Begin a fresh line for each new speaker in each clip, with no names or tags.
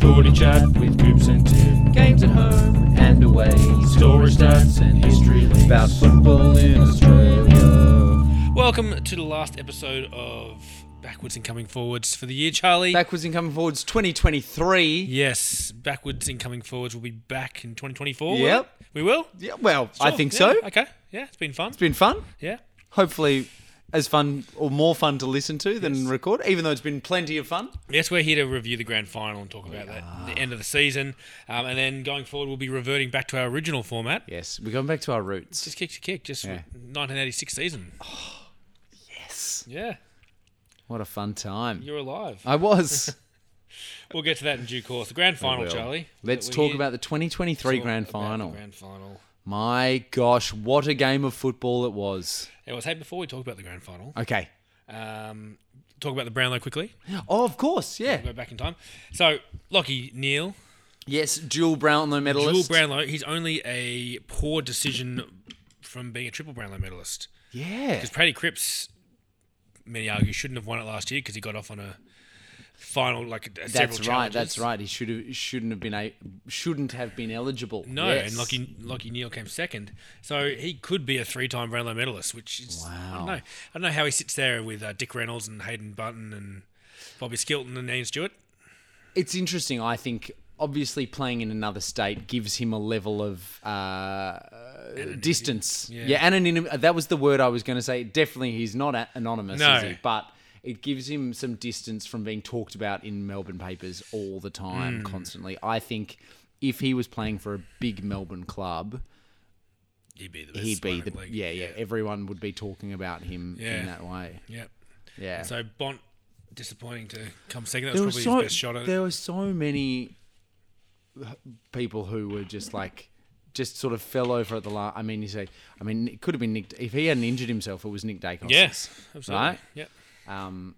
40 chat with Goops and Tim.
Games at home and away.
Story stats and history links.
About football in Australia.
Welcome to the last episode of Backwards and Coming Forwards for the year, Charlie.
Backwards and coming forwards 2023.
yes, Backwards and Coming Forwards will be back in 2024.
Yep.
won't it? We will?
Yeah, well, I
Sure,
think
yeah,
so.
Okay. Yeah, it's been fun.
It's been fun.
yeah.
Hopefully, as fun or more fun to listen to than record, even though it's been plenty of fun.
Yes, we're here to review the grand final and talk about that at the end of the season. Um, and then going forward, we'll be reverting back to our original format.
Yes, we're going back to our roots.
Just kick to kick, just
Yeah. Oh,
1986 season.
Yes.
Yeah,
What a fun time.
you're alive.
I was.
We'll get to that in due course. The grand final,
Well,
Charlie.
Let's
that we're
talk
here
about the 2023
to
grand
talk about the
final.
grand final.
My gosh, what a game of football it was.
It was hey before we talk about the grand final.
Okay.
Um, talk about the Brownlow quickly.
Oh, of course, yeah.
Go back in time. So Lockie Neal,
Yes, dual Brownlow medalist.
Jewel Brownlow, he's only a poor decision from being a triple Brownlow medalist.
Yeah.
Because Paddy Cripps, many argue, shouldn't have won it last year because he got off on a final like a, several
That's right.
challenges.
That's right. He should have shouldn't have been a shouldn't have been eligible.
No,
Yes.
and Lockie, Lockie Neal came second, so he could be a three-time Brownlow medalist, which is I
Wow.
don't know. I don't know how he sits there with uh, Dick Reynolds and Hayden Button and Bobby Skilton and Ian Stewart.
It's interesting. I think obviously playing in another state gives him a level of uh, distance. Yeah, anonymity. uh, That was the word I was going to say. Definitely, he's not a- anonymous,
No.
is he? But it gives him some distance from being talked about in Melbourne papers all the time, constantly. I think if he was playing for a big Melbourne club,
He'd be the best.
he'd be
minor
the
league.
yeah, yeah Everyone would be talking about him
Yeah.
in that way.
yeah.
Yeah.
So Bont, disappointing to come second. That
there were
was probably
so
his best shot at it.
there were so many h- people who were just like just sort of fell over at the last. I mean, you say, I mean, it could have been Nick. If he hadn't injured himself, it was Nick Dacos.
Yes, absolutely.
Right?
Yep.
Um,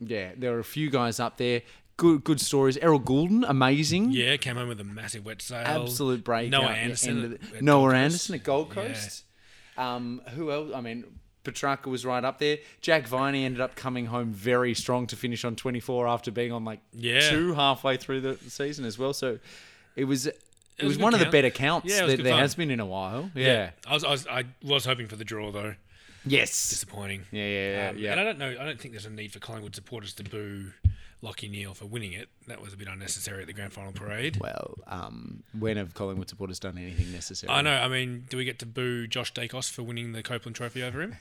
yeah, there were a few guys up there. Good, good stories. Errol Goulden, amazing.
Yeah, came home with a massive wet sail.
Absolute break.
Noah Anderson. at- at Gold
Noah
Coast.
Anderson at Gold
Yeah.
Coast. Um, who else? I mean, Petrarca was right up there. Jack Viney ended up coming home very strong to finish on 24 after being on like
Yeah.
two halfway through the season as well. So it was it,
was
was,
a good
one of the
count.
better counts
Yeah, it was
that
good
there
fun.
has been in a while. Yeah.
I was, I was I was hoping for the draw though.
Yes.
Disappointing.
Yeah, yeah,
Um,
Uh, yeah.
And I don't know. I don't think there's a need for Collingwood supporters to boo Lockie Neal for winning it. That was a bit unnecessary at the grand final parade.
well, um, when have Collingwood supporters done anything necessary?
I know. I mean, do we get to boo Josh Dacos for winning the Copeland Trophy over him?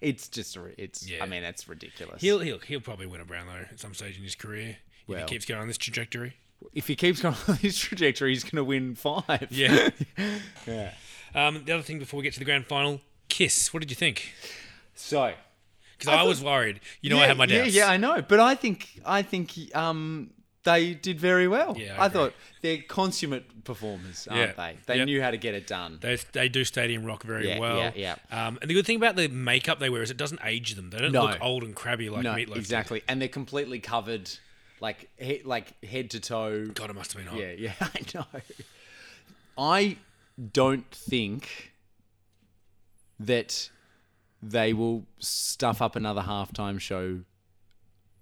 It's just, a- it's.
Yeah.
I mean, that's ridiculous.
he'll he'll he'll probably win a Brownlow at some stage in his career
Well.
if he keeps going on this trajectory.
if he keeps going on his trajectory, he's going to win five.
Yeah.
yeah.
um, the other thing before we get to the grand final, Kiss. What did you think?
So
Because I, was worried. You know, I had my
yeah,
doubts.
Yeah, I know, but I think I think um, they did very well.
Yeah, I
I,
agree.
thought they're consummate performers, aren't
Yeah.
they? They
Yep.
knew how to get it done.
They, they do stadium rock very
Yeah,
well.
yeah, yeah.
Um, and the good thing about the makeup they wear is it doesn't age them. They don't
No.
look old and crabby like
no,
meatloaf. did.
exactly, and they're completely covered, like he, like head to toe.
God, it must have been hot.
Yeah, yeah, I know. I don't think that they will stuff up another halftime show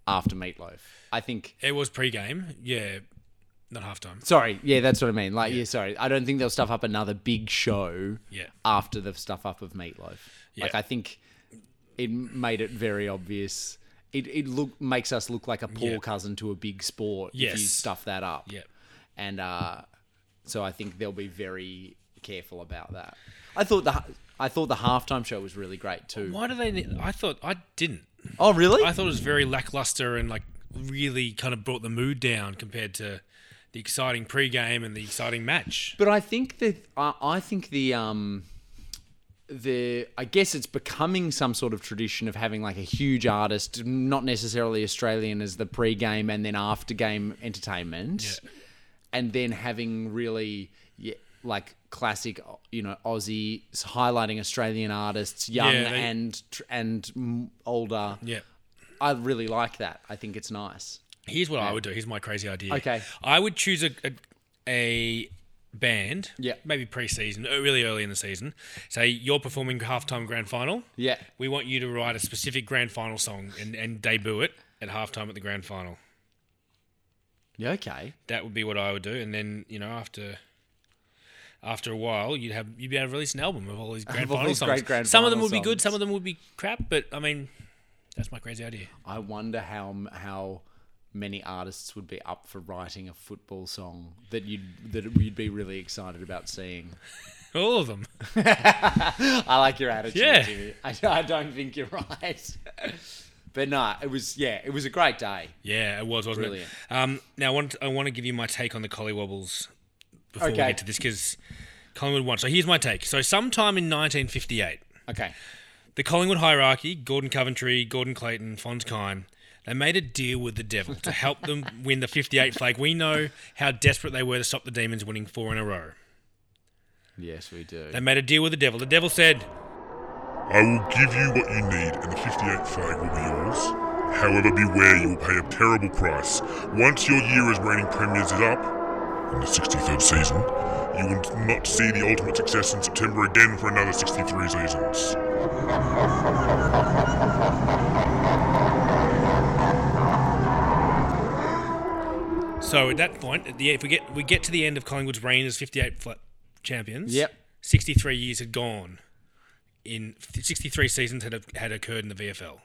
after Meatloaf. I think
It was pre-game. Yeah, not halftime.
Sorry, yeah, that's what I mean. Like, yeah, sorry, I don't think they'll stuff up another big show
Yeah.
after the stuff up of Meatloaf.
Yeah.
Like, I think it made it very obvious. It it look makes us look like a poor
Yeah.
cousin to a big sport if you
Yes.
stuff that up.
Yeah.
and uh, so I think they'll be very careful about that. I thought the I thought the halftime show was really great too.
Why do they? Need, I thought I didn't.
Oh, really?
I thought it was very lackluster and like really kind of brought the mood down compared to the exciting pre-game and the exciting match.
But I think that I, I think the um the I guess it's becoming some sort of tradition of having like a huge artist, not necessarily Australian, as the pre-game and then after-game entertainment, and then having really yeah, like classic, you know, Aussie highlighting Australian artists, young
Yeah, they-
and tr- and mm, older.
Yeah.
I really like that. I think it's nice.
Here's what I would do. Here's my crazy idea.
Okay.
I would choose a a, a band.
Yeah.
Maybe pre-season, uh, really early in the season. Say you're performing halftime grand final.
Yeah.
We want you to write a specific grand final song and, and debut it at halftime at the grand final.
Yeah, okay.
That would be what I would do, and then you know after. After a while, you'd have you'd be able to release an album of all these grand
all
final
these
songs.
great grand
some of them
final
would be good,
songs.
some of them would be crap. But I mean, that's my crazy idea.
I wonder how how many artists would be up for writing a football song that you'd that you'd be really excited about seeing.
All of them.
I like your attitude.
Yeah.
Jimmy. I, I don't think you're right. But no, it was yeah, it was a great day.
Yeah, it was, wasn't
Brilliant.
it? Um, now, I want, I want to give you my take on the Collywobbles before we
Okay.
get to this because Collingwood won. So here's my take. So sometime in 1958,
Okay.
the Collingwood hierarchy, Gordon Coventry, Gordon Clayton, Fons Kine, they made a deal with the devil to help them win the 58 flag. We know how desperate they were to stop the Demons winning four in a row.
Yes, we do.
They made a deal with the devil. The devil said,
I will give you what you need, and the 58 flag will be yours. However, beware you will pay a terrible price. Once your year as reigning premiers is up, in the 63rd season, you will not see the ultimate success in September again for another 63 seasons.
So at that point, at the, if we get we get to the end of Collingwood's reign as 58 fl- champions,
Yep.
63 years had gone. In 63 seasons had had occurred in the VFL.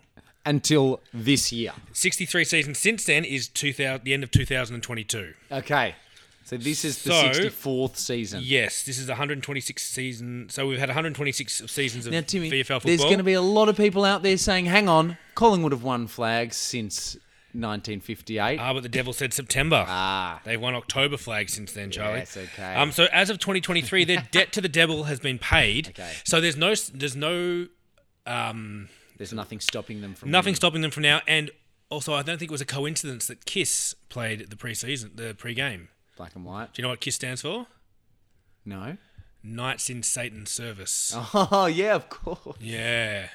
Until this year.
63 seasons since then is 2000, the end of 2022.
Okay. So this is the
So-
64th season.
Yes, this is 126 season. So we've had 126 of seasons of
Now, Timmy,
VFL football.
there's going to be a lot of people out there saying, hang on, Collingwood have won flags since 1958.
Ah, but the devil said September.
Ah.
They've won October flags since then, Charlie.
Yes, okay.
Um, so as of 2023, their debt to the devil has been paid.
Okay.
So there's no there's no
There's nothing stopping them from
Nothing
winning.
stopping them from now. And also, I don't think it was a coincidence that Kiss played the preseason, the pre-game.
Black and white.
Do you know what Kiss stands for?
No.
Knights in Satan's Service.
Oh, yeah, of course.
Yeah,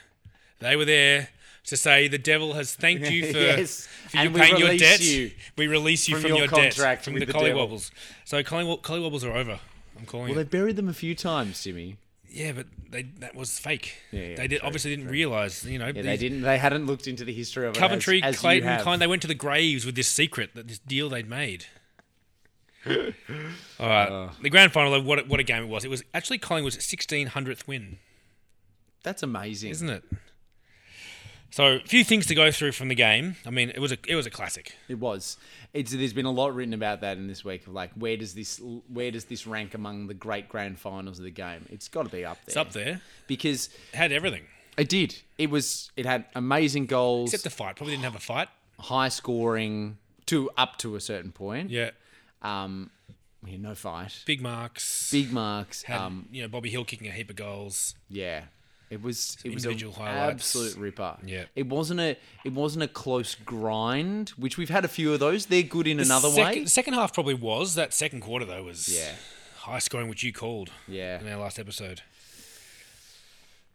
they were there to say the devil has thanked you for,
Yes,
for you
and we
paying your
release
debt.
you
we release you
from
from,
your
your, debt
contract
from the,
with the devil."
collywobbles. So collywo- collywobbles are over. I'm calling
Well, they
it.
buried them a few times, Jimmy.
Yeah, but they, that was fake.
Yeah, yeah,
they did,
true,
obviously didn't realize. You know,
Yeah, they didn't. They hadn't looked into the history of it as-
Coventry,
as you
Clayton,
have.
Klein, they went to the graves with this secret, that this deal they'd made. All right.
Oh.
the grand final, though, what, a- what a game it was. It was actually Collingwood's 1600th win,
That's amazing.
isn't it? So, a few things to go through from the game. I mean, it was a, it was a classic.
It was. It's there's been a lot written about that in this week of like where does this where does this rank among the great grand finals of the game? It's got to be up there.
It's up there.
because
It had everything.
it did. It was. It had amazing goals,
Except the fight. Probably didn't have a fight.
high scoring to up to a certain point.
Yeah.
Um, yeah, no fight,
Big marks.
big marks.
Had,
Um,
you know, Bobby Hill kicking a heap of goals.
yeah. It was it was an
Individual highlights.
absolute ripper.
Yeah.
it wasn't a it wasn't a close grind, which we've had a few of those. They're good in another
second,
way.
Second half probably was. That second quarter, though, was
Yeah.
high scoring, which you called
Yeah.
in our last episode.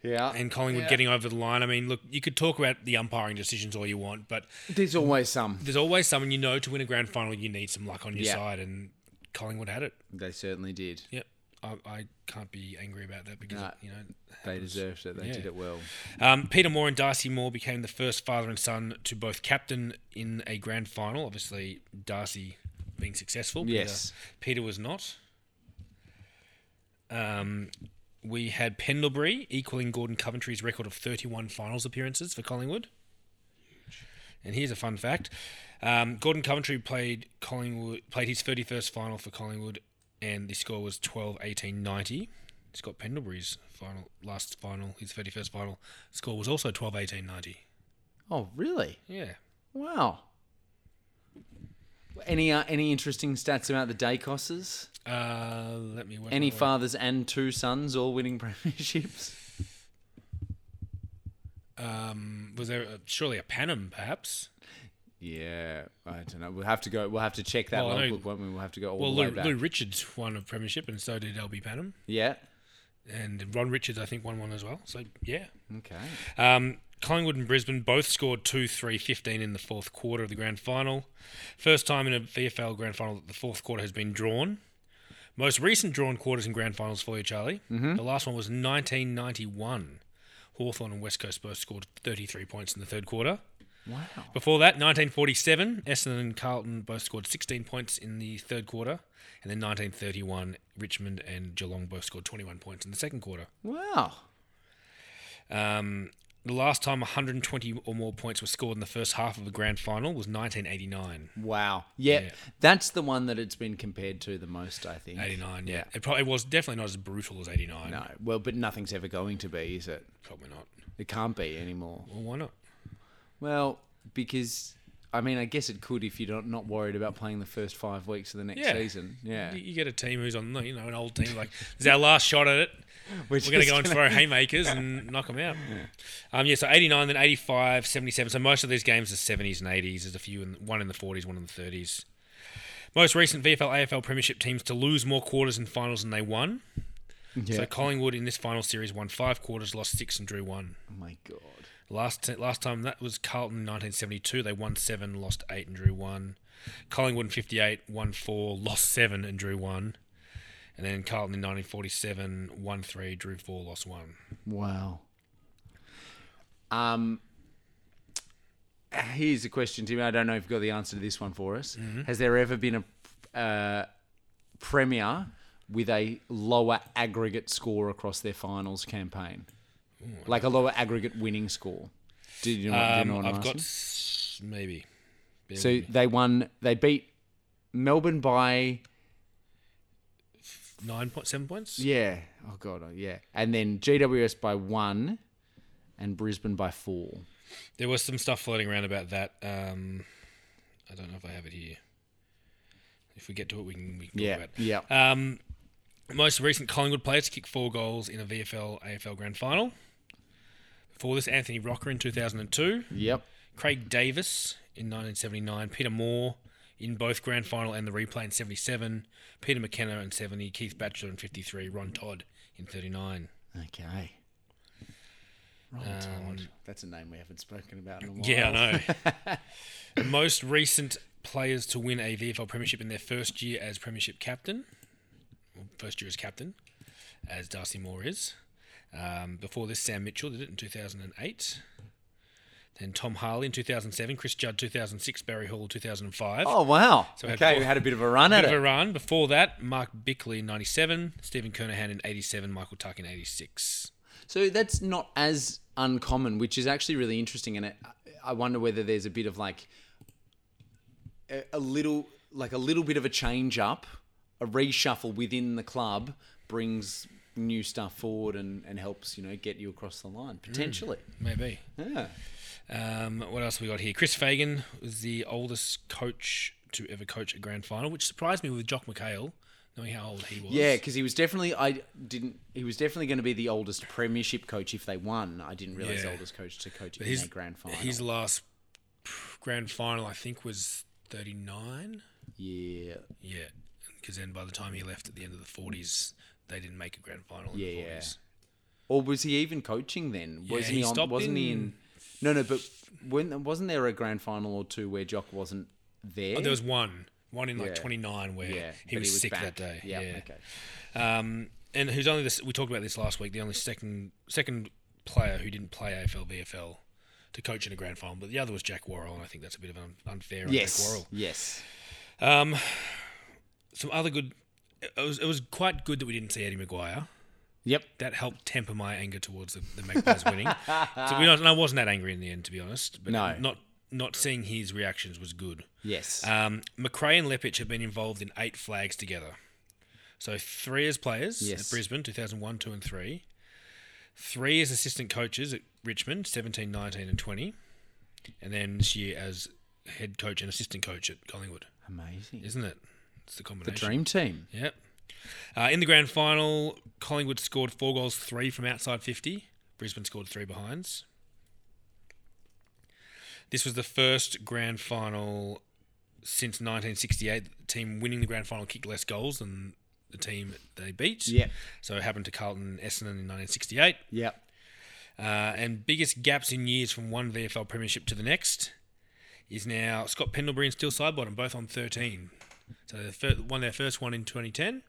Yeah,
and Collingwood getting over the line. I mean, look, you could talk about the umpiring decisions all you want, but
there's always some.
there's always someone you know to win a grand final. You need some luck on your
Yeah.
side, and Collingwood had it.
They certainly did.
Yep, I, I can't be angry about that because
No.
you know.
They deserved it. They
Yeah.
did it well.
Um, Peter Moore and Darcy Moore became the first father and son to both captain in a grand final. Obviously, Darcy being successful. Peter-
Yes.
Peter, was not. Um, we had Pendlebury equaling Gordon Coventry's record of 31 finals appearances for Collingwood. And here's a fun fact: um, Gordon Coventry played Collingwood played his 31st final for Collingwood, and the score was 12-18-90. Scott Pendlebury's final last final, his 31st final score was also 12-18-90.
Oh, really?
Yeah.
Wow. Any uh, any interesting stats about the Dacosses?
Uh, let me. Work
Any
my way-
fathers and two sons all winning premierships?
Um, was there a, surely a Panem, perhaps?
Yeah, I don't know. We'll have to go. We'll have to check that
Well, I know-
logbook, won't we? We'll have to go all
Well,
the way
Lou,
back.
Lou Richards won a premiership, and so did LB Panem,
Yeah.
and Ron Richards I think won one as well. So yeah.
Okay.
Um, Collingwood and Brisbane both scored 2 3 15 in the fourth quarter of the grand final. First time in a VFL grand final that the fourth quarter has been drawn. Most recent drawn quarters in grand finals for you, Charlie. The last one was 1991. Hawthorn and West Coast both scored 33 points in the third quarter.
Wow.
Before that, 1947, Essendon and Carlton both scored 16 points in the third quarter, and then 1931, Richmond and Geelong both scored 21 points in the second quarter.
Wow.
Um, the last time 120 or more points were scored in the first half of the grand final was 1989.
Wow. Yeah,
Yeah.
That's the one that it's been compared to the most, I think.
89, yeah. It probably was definitely not as brutal as 89.
No. Well, but nothing's ever going to be, is it?
Probably not.
It can't be anymore.
Well, why not?
Well, because I mean, I guess it could if you're not, not worried about playing the first five weeks of the next
Yeah.
season. Yeah,
You- You get a team who's on, you know, an old team like this is our last shot at it.
we're,
We're going to
just
go and
gonna-
throw haymakers and knock them out. Um, yeah, so 89, then 85, 77. So most of these games are 70s and 80s. There's a few, in, one in the 40s, one in the 30s. Most recent VFL AFL Premiership teams to lose more quarters and finals than they won.
Yeah.
So Collingwood in this final series won five quarters, lost six, and drew one.
oh my god.
Last t- last time that was Carlton in 1972. They won seven, lost eight, and drew one. Collingwood in 58 won four, lost seven, and drew one. And then Carlton in 1947 won three, drew four, lost one.
Wow. Um. Here's a question, Tim. I don't know if you've got the answer to this one for us.
Mm-hmm.
Has there ever been a uh, premier with a lower aggregate score across their finals campaign, like a lower aggregate winning score? Do you know? do you
Um,
know what I'm
I've got
asking?
s- maybe. Bear
So
with me.
they won. They beat Melbourne by
nine point seven points.
yeah. Oh god, oh, yeah. And then GWS by one, and Brisbane by four.
There was some stuff floating around about that. Um, I don't know if I have it here. If we get to it, we can, we can
Yeah,
talk about. it.
yeah.
Um, most recent Collingwood players to kick four goals in a VFL AFL Grand Final. Before this, Anthony Rocker in 2002,
Yep.
Craig Davis in 1979, Peter Moore in both Grand Final and the replay in 77, Peter McKenna in 70, Keith Batchelor in 53, Ron Todd in 39.
Okay. Right, Todd. That's a name we haven't spoken about in a while.
Um, Yeah, I know. Most recent players to win a VFL Premiership in their first year as Premiership captain, well, first year as captain, as Darcy Moore is. Um, before this, Sam Mitchell did it in 2008. Then Tom Harley in 2007, Chris Judd 2006, Barry Hall 2005.
Oh wow.
we had
okay,
four-
we had a bit of a run
Bit
at
of a
it.
run. Before that, Mark Bickley in 97, Stephen Kernahan in 87, Michael Tuck in 86.
So that's not as uncommon, which is actually really interesting. And it, I wonder whether there's a bit of like a, a little, like a little bit of a change up, a reshuffle within the club brings new stuff forward and, and helps, you know, get you across the line
Mm.
potentially.
Maybe.
Yeah.
Um, what else we got here? Chris Fagan was the oldest coach to ever coach a grand final, which surprised me with Jock McHale, knowing how old he was.
Yeah, because he was definitely I didn't he was definitely going to be the oldest premiership coach if they won. I didn't realize
Yeah.
oldest coach to coach in
his
a grand final.
His last grand final, I think, was thirty nine.
yeah,
Yeah, because then by the time he left at the end of the forties, they didn't make a grand final. In
Yeah,
the
yeah.
40s.
Or was he even coaching then? Was
Yeah,
he,
he
on?
stopped
Wasn't he in?
in-
No, no. But when wasn't there a grand final or two where Jock wasn't there?
But Oh, there was one, one in like
Yeah.
twenty nine where
yeah,
he
but
was, sick
back.
that day.
Yeah,
yeah.
okay.
Um, and who's only this? We talked about this last week. The only second second player who didn't play AFL VFL to coach in a grand final, but the other was Jack Worrell, and I think that's a bit of an unfair on Jack
Yes,
Worrell.
yes.
Um, some other good. It was it was quite good that we didn't see Eddie Maguire.
Yep.
That helped temper my anger towards the, the Magpies winning. So we don't, and I wasn't that angry in the end, to be honest. But
No.
not not seeing his reactions was good.
Yes.
Um, McRae and Lepic have been involved in eight flags together. So three as players
Yes.
at Brisbane, 2001, 2 and 3. Three as assistant coaches at Richmond, 17, 19 and 20. And then this year as head coach and assistant coach at Collingwood,
Amazing.
isn't it? It's the
The
combination.
dream team.
Yep. Uh, in the grand final, Collingwood scored four goals, three from outside 50. Brisbane scored three behinds. This was the first grand final since 1968. The team winning the grand final kicked less goals than the team they beat.
Yep.
So it happened to Carlton and Essendon in 1968.
Yep.
Uh, and biggest gaps in years from one VFL premiership to the next is now Scott Pendlebury and Steel Sidebottom, both on 13. So they fir- won their first one in 2010,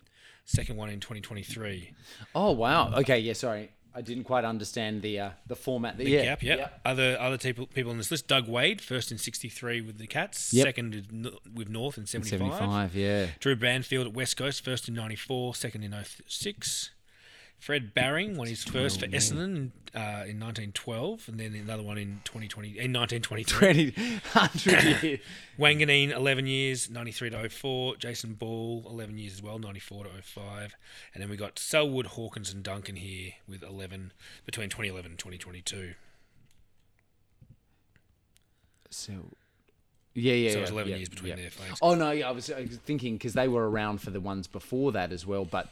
second one in 2023.
Oh wow. Okay. Yeah. Sorry. I didn't quite understand the uh, the format. yeah,
Yep, yep.
yeah.
Other other people people on this list: Doug Wade, first in '63 with the Cats,
Yep.
second is N- with North in '75.
Seventy-five. Yeah.
Drew Banfield at West Coast, first in '94, second in '06. Fred Baring won his first for Essendon uh, in 1912, and then another one in 2020 in 1923.
Twenty hundred years.
Wanganeen, 11 years, 93 to 04. Jason Ball, 11 years as well, 94 to 05. And then we got Selwood, Hawkins, and Duncan here with 11 between 2011 and 2022.
So, yeah, yeah.
So it
yeah,
was 11
yeah,
years between
yeah.
their flags.
Oh no, yeah, I was, I was thinking because they were around for the ones before that as well, but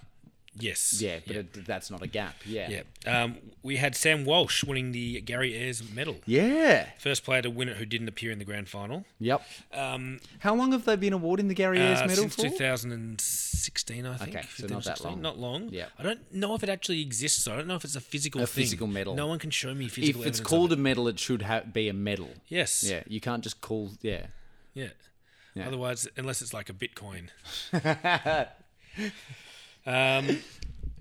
Yes.
yeah, but It, that's not a gap. Yeah.
Yeah. Um, we had Sam Walsh winning the Gary Ayres medal.
Yeah.
First player to win it who didn't appear in the grand final.
Yep.
Um,
How long have they been awarding the Gary Ayres
uh,
medal
since
for?
2016, I think.
Okay, so
15,
not that
16,
long.
Not long.
Yeah.
I don't know if it actually exists. So I don't know if it's a physical
A
thing.
physical medal.
No one can show me physical
If
evidence
it's
of
called
it.
a medal, it should ha- be a medal.
Yes.
Yeah. You can't just call. Yeah.
Yeah.
Yeah.
Otherwise, unless it's like a Bitcoin. um,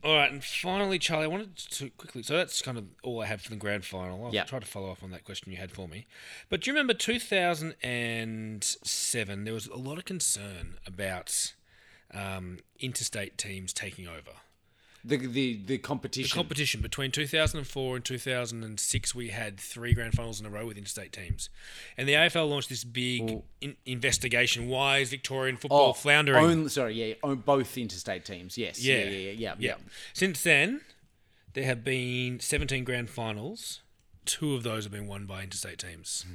all right, and finally, Charlie, I wanted to quickly. So that's kind of all I had for the grand final. I'll
Yeah.
try to follow up on that question you had for me. But do you remember 2007? There was a lot of concern about um, interstate teams taking over.
The the the competition.
Competition between 2004 and 2006, we had three grand finals in a row with interstate teams, and the AFL launched this big in- investigation. Why is
Oh,
Victorian football floundering?
Only, sorry. Yeah. On both interstate teams. Yes.
yeah,
Yeah. Yeah. Yeah. Yeah. yeah.
Since then, there have been 17 grand finals. Two of those have been won by interstate teams,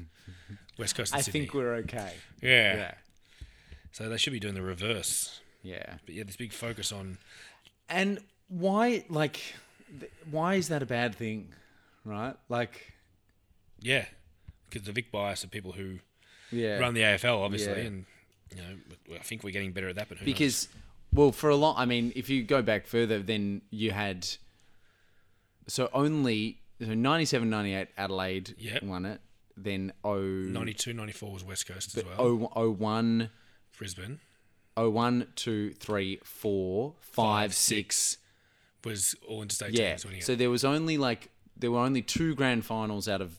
West Coast and
I
Sydney.
think we're okay.
yeah.
Yeah.
so they should be doing the reverse.
Yeah.
But yeah, this big focus on
And why like th- why is that a bad thing? Right? Like
yeah, because the Vic bias of people who
yeah.
run the AFL, obviously,
Yeah.
and you know, w- I think we're getting better at that. But who knows?
because well for a long i mean if you go back further then you had so only so 97 98 adelaide
Yep.
won it then oh, 0,
92, 94 was West Coast as well.
0, 01
Brisbane
01 2 3 4 5 6
was all interstate
yeah
teams winning it.
so there was only like there were only two grand finals out of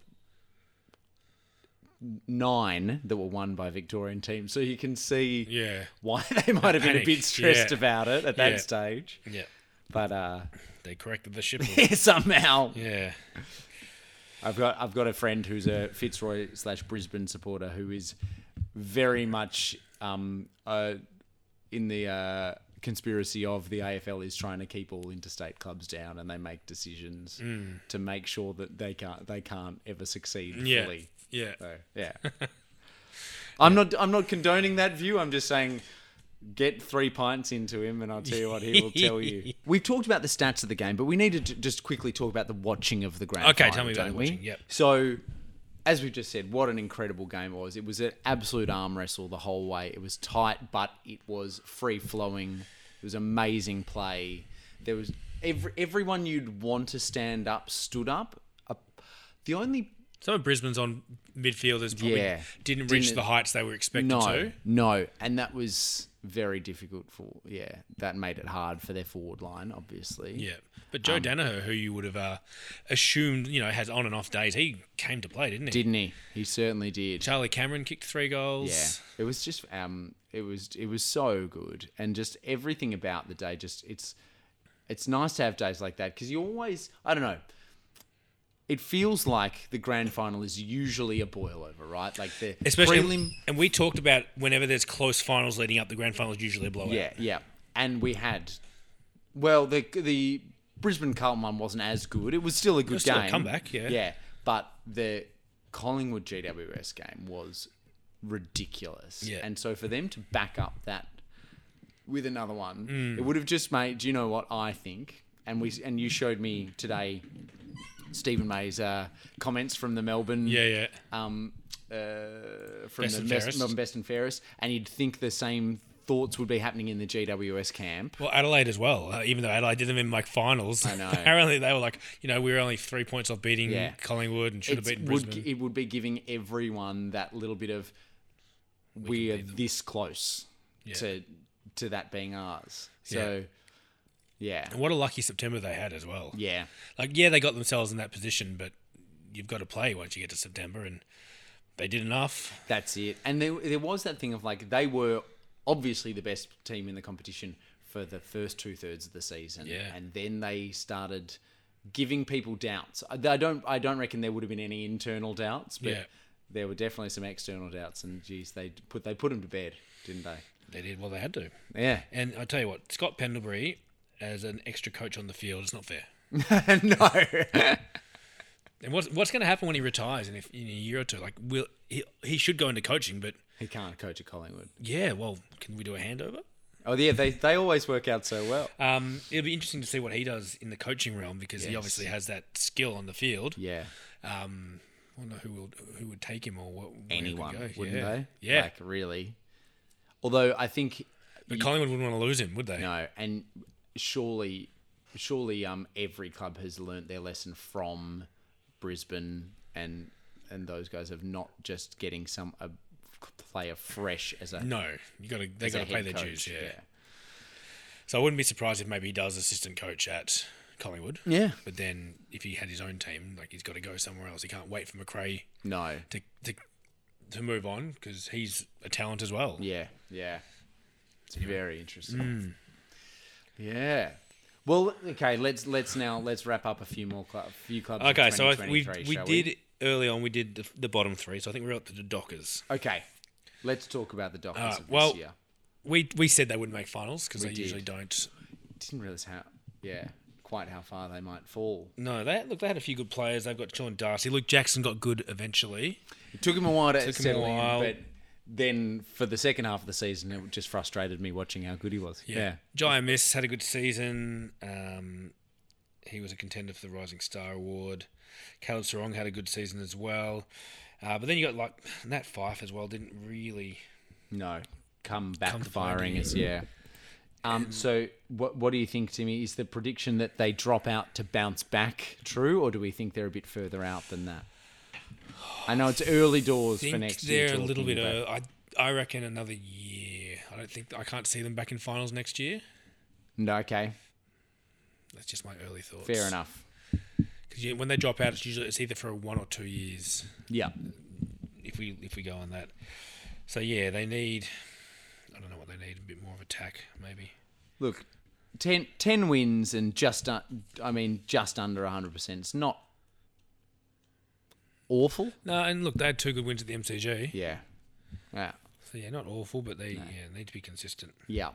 nine that were won by victorian teams so you can see
yeah,
why they might have been a
Panic,
bit stressed
yeah.
about it at that
Yeah.
stage
yeah,
but uh
they corrected the ship.
somehow
yeah,
I've got I've got a friend who's a Fitzroy slash Brisbane supporter who is very much um, uh, in the uh, conspiracy of the AFL is trying to keep all interstate clubs down and they make decisions to make sure that they can't they can't ever succeed
yeah,
fully.
yeah.
So, yeah. I'm not I'm not condoning that view. I'm just saying get three pints into him and I'll tell you what he will tell you. We've talked about the stats of the game, but we needed to just quickly talk about the watching of the grand
Okay,
final,
tell me about
don't
the
we?
watching, yep.
So as we've just said, what an incredible game it was. It was an absolute arm wrestle the whole way. It was tight, but it was free flowing. It was amazing play. There was every, everyone you'd want to stand up stood up. Up- The only
Some of Brisbane's on midfielders probably
Yeah.
didn't reach
Didn't-
the heights they were expected to.
No, and that was very difficult for yeah. That made it hard for their forward line, obviously.
Yeah. But
Um,
Joe Danaher, who you would have uh, assumed, you know, has on and off days, he came to play, didn't he?
Didn't he? He certainly did.
Charlie Cameron kicked three goals.
Yeah. It was just um it was it was so good and just everything about the day just it's it's nice to have days like that because you always I don't know it feels like the grand final is usually a boil over, right? Like the
Especially,
prelim
and we talked about whenever there's close finals leading up, the grand finals usually a blowout.
Yeah, yeah. And we had, well, the the Brisbane Carlton one wasn't as good. It was still a good
was
game.
still a comeback, yeah.
Yeah, but the Collingwood GWS game was ridiculous.
Yeah.
And so for them to back up that with another one,
Mm.
it would have just made. Do you know what I think? And we and you showed me today. Stephen May's uh, comments from the Melbourne
Yeah, yeah.
um, uh, from
Best
the
and
best,
fairest.
Melbourne Best and Fairest, and you'd think the same thoughts would be happening in the GWS camp.
Well, Adelaide as well, uh, even though Adelaide did them in like finals. I
know.
apparently, they were like, you know, we were only three points off beating
Yeah.
Collingwood and should have
It's-
beaten
would,
Brisbane.
it would be giving everyone that little bit of we, are this close to to that being ours. So Yeah.
And what a lucky September they had as well.
Yeah.
Like, yeah, they got themselves in that position, but you've got to play once you get to September, and they did enough.
That's it. And there, there was that thing of like they were obviously the best team in the competition for the first two thirds of the season,
Yeah.
and then they started giving people doubts. I I don't, I don't reckon there would have been any internal doubts, but
Yeah.
there were definitely some external doubts. And geez, they put they put them to bed, didn't they?
They did well they had to.
Yeah.
And I tell you what, Scott Pendlebury as an extra coach on the field is not fair.
no.
And what's what's going to happen when he retires in, if, in a year or two? Like, will he, he should go into coaching, but
he can't coach at Collingwood.
yeah, well, can we do a handover?
Oh yeah, they they always work out so well.
Um, it'll be interesting to see what he does in the coaching realm because he
Yes.
obviously has that skill on the field.
Yeah.
Um, I wonder who will who would take him or what where he could
Anyone
go.
wouldn't
yeah.
they?
Yeah,
Like really. Although I think
but Collingwood wouldn't want to lose him, would they?
No, and surely, surely, um, every club has learnt their lesson from Brisbane, and and those guys of not just getting some a player fresh as a
No, you got to they
as a
got to pay
head
their
coach.
dues. Yeah. so I wouldn't be surprised if maybe he does assistant coach at Collingwood.
Yeah.
but then if he had his own team, like he's got to go somewhere else. He can't wait for McRae
No.
to to, to move on because he's a talent as well.
Yeah. Yeah. It's very interesting.
Mm.
Yeah. Well, okay. Let's let's now let's wrap up a few more club, few clubs. in
Okay, so I th- we
2023,
we
shall
did early on. We did the, the bottom three, so I think we're up to the Dockers.
Okay. Let's talk about the Dockers
Uh,
of this
well-
year.
We we said they wouldn't make finals because they
did.
usually don't.
Didn't realize how. Yeah. Quite how far they might fall.
No, they look. They had a few good players. They've got Sean Darcy. Luke Jackson got good eventually.
It took him a while to
Took him a
settle in,
while.
but then for the second half of the season, it just frustrated me watching how good he was. Yeah,
Jai Miss had a good season. Um, he was a contender for the Rising Star Award. Caleb Sarong had a good season as well. Uh, but then you got like Nat Fife as well. Didn't really.
no, come back
Come
firing
firing.
is yeah. Um, so what what do you think, Timmy? Is the prediction that they drop out to bounce back true, or do we think they're a bit further out than that? I know it's early doors for
think
next year.
they're a little
talking,
bit.
but-
Uh, I I reckon another year. I don't think I can't see them back in finals next year.
no, okay,
That's just my early thoughts.
fair enough.
Because when they drop out, it's usually it's either for one or two years.
Yeah,
If we if we go on that, so yeah, they need. I don't know what they need. A bit more of attack, maybe.
look, 10, 10 wins and just uh, I mean just under hundred percent. It's not awful.
No, and look, they had two good wins at the MCG.
Yeah. Yeah.
So yeah, not awful, but they yeah, need to be consistent.
Yeah.